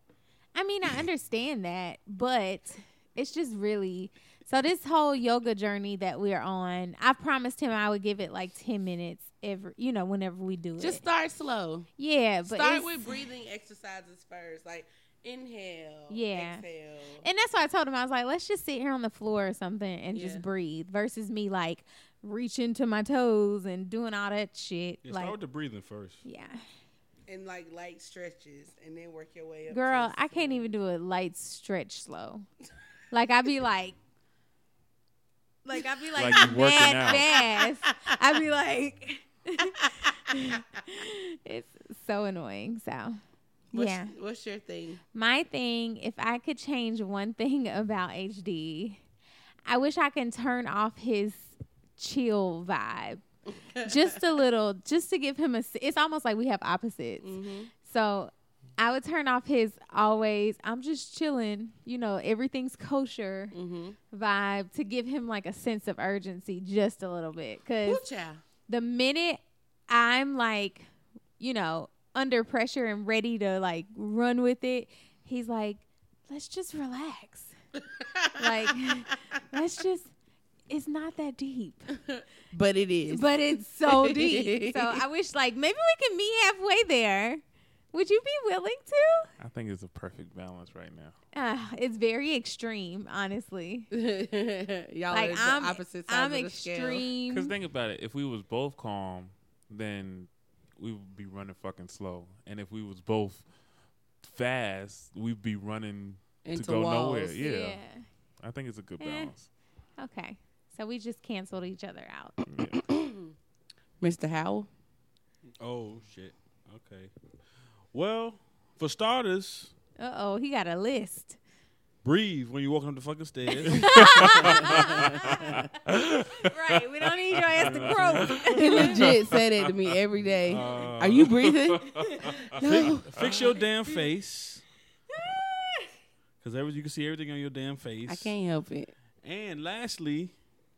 I mean, I understand that, but it's just really so this whole yoga journey that we're on. I promised him I would give it like 10 minutes every, you know, whenever we do
Just
it.
start slow.
yeah, but
start
it's-
with breathing exercises first. Like inhale.
Yeah.
Exhale.
And that's why I told him I was like, let's just sit here on the floor or something and
Yeah.
just breathe versus me like reaching to my toes and doing all that shit
Yeah,
like
start with the breathing first.
yeah.
and like light stretches and then work your way up. to
Girl,
the
I can't
floor.
even do a light stretch slow. Like I'd be like like I'd be like,
Like you working out.
mad fast. I'd be like it's so annoying. So
What's,
Yeah.
What's your thing?
My thing, if I could change one thing about HD, I wish I can turn off his chill vibe just a little, just to give him a. s- It's almost like we have opposites.
Mhm.
So I would turn off his always, I'm just chilling, you know, everything's kosher
Mhm.
vibe to give him like a sense of urgency just a little bit. Cause
Ooh, child.
the minute I'm like, you know, under pressure and ready to like run with it, he's like, let's just relax. like, let's just, it's not that deep,
But it is.
but it's so deep. So I wish, like, maybe we can meet halfway there. Would you be willing to?
I think it's a perfect balance right now.
Uh, it's very extreme, honestly.
Y'all
Like
are the
I'm,
opposite sides
I'm
of the scale.
extreme.
Because think about it. If we was both calm, then we would be running fucking slow. And if we was both fast, we'd be running
Into
to go
walls.
nowhere. Yeah.
yeah.
I think it's a good
Eh.
balance.
Okay. So we just canceled each other out.
Yeah.
Mr. Howell.
Oh shit. Okay. Well, for starters,
Uh oh, he got a list.
breathe when you're walking up the fucking stairs.
right. We don't need your ass to croak.
He legit said it to me every day.
Uh,
Are you breathing? no.
fix your damn face. Cause every, you can see everything on your damn face.
I can't help it.
And lastly,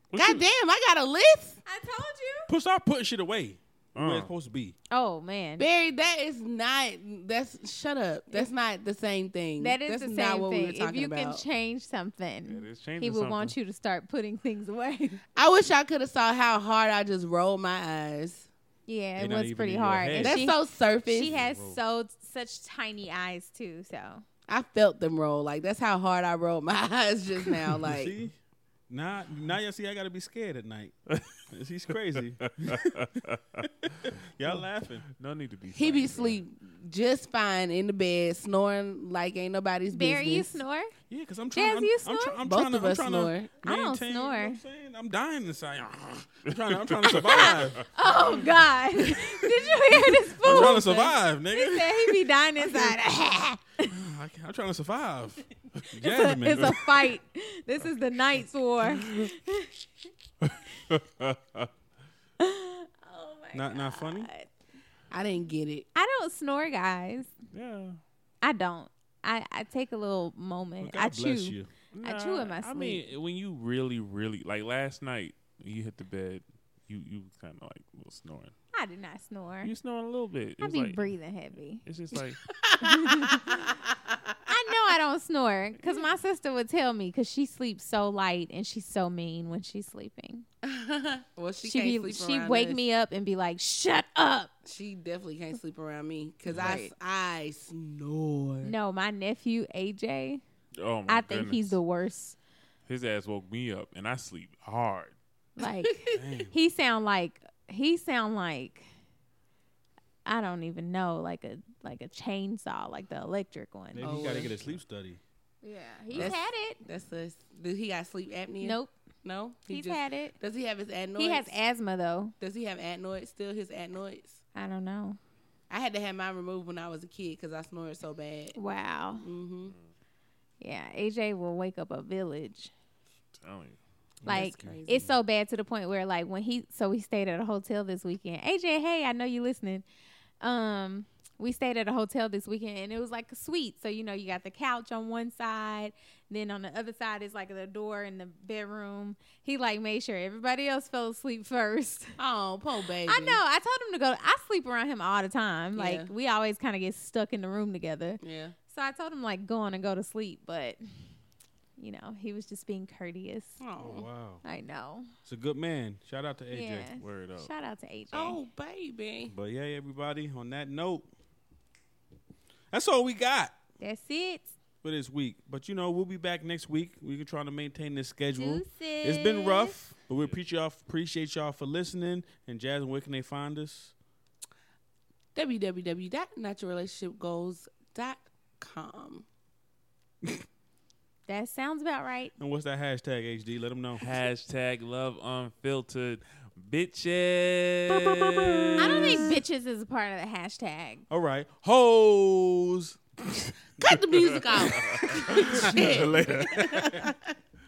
what
God
you-
damn, I got a list.
I told you.
put start putting shit away where
Uh.
it's supposed to be.
Oh man.
Barry, that is not. That's shut up. That's not the same thing.
That is
that's
the same
not what
thing.
We were
if
talking
you can
about.
change
It
something,
is changing
he would want
something.
you to start putting things away.
I wish I could have saw how hard I just rolled my eyes.
yeah,
They're
it
not
was
even
pretty
in your
hard.
head.
And
That's
she,
so surface.
she has
Whoa.
so such tiny eyes too. So
I felt them roll. Like that's how hard I rolled my eyes just now.
You
Like
see? Now, now y'all see I gotta be scared at night. He's crazy. y'all laughing.
No need to be.
he be
silent,
sleep just fine in the bed, snoring like ain't nobody's
Barry, you
business.
snore?
Yeah, cause I'm
Jazz,
trying. I'm,
you
I'm,
snore?
try- I'm
Both
trying to.
of
I'm
us
trying
snore.
To
I don't
maintain- you know what
snore.
I'm, saying? I'm dying inside. I'm trying. To, I'm trying to survive.
Oh God! Did you hear this
I'm trying
fool?
to survive,
He
nigga.
said he be dying inside.
I can't- I'm trying to survive.
it's,
Jasmine,
a, it's a fight. This is the night's war.
right?
Oh my
Not- not funny?
God.
I didn't get it.
I don't snore, guys.
yeah.
I don't. I, I take a little moment.
Well,
I
God
chew.
bless you.
I chew in my
I mean, when you really, really like last night, you hit the bed, you you kind of like was snoring.
I did not snore.
You snoring a little bit. It
I
was
be
like-
breathing heavy.
It's just like
I know I don't snore because my sister would tell me because she sleeps so light and she's so mean when she's sleeping.
well, she,
She
can't
be,
sleep
she
around
wake
us.
me up and be like, "Shut up."
She definitely can't sleep around me because
Right.
I I snore.
No, my nephew AJ.
oh my
I think he's the
goodness.
worst.
his ass woke me up and I sleep hard.
Like
Damn.
he sound like he sound like I don't even know like a like a chainsaw like the electric one.
Maybe
Oh,
you gotta
well.
get a sleep study.
Yeah, he's
That's-
had it.
That's us. Does he got sleep apnea?
Nope,
No. He
he's
just-
had it.
Does he have his adenoids?
He has asthma though.
Does he have adenoids still? His adenoids.
I don't know.
I had to have mine removed when I was a kid because I snored so bad.
Wow.
Mm-hmm.
Yeah, AJ will wake up a village.
I'm telling you.
Like
crazy.
it's so bad to the point where like when he so we stayed at a hotel this weekend. AJ, hey, I know you listening. Um, we stayed at a hotel this weekend and it was like a suite. So you know you got the couch on one side, then on the other side is like the door and the bedroom. He like made sure everybody else fell asleep first.
Oh, poor baby.
I know. I told him to go. I sleep around him all the time. Like
Yeah.
we always kind of get stuck in the room together.
Yeah.
So I told him like go on and go to sleep, but you know he was just being courteous.
Oh
Oh.
wow,
I know.
it's a good man. Shout out to AJ.
Yeah.
Word up.
Shout out to AJ.
Oh, baby.
But yeah, everybody. On that note, that's all we got
That's it.
for this week. But you know, we'll be back next week. We can try to maintain this schedule.
Deuces.
It's been rough, but we appreciate y'all, appreciate y'all for listening. And Jasmine, where can they find us?
www.naturalrelationshipgoals.com.
That sounds about right.
And what's that hashtag, HD? Let them know.
Hashtag love unfiltered. bitches.
I don't think bitches is a part of the hashtag.
All right, hoes.
Cut the music off. Shit.
Later.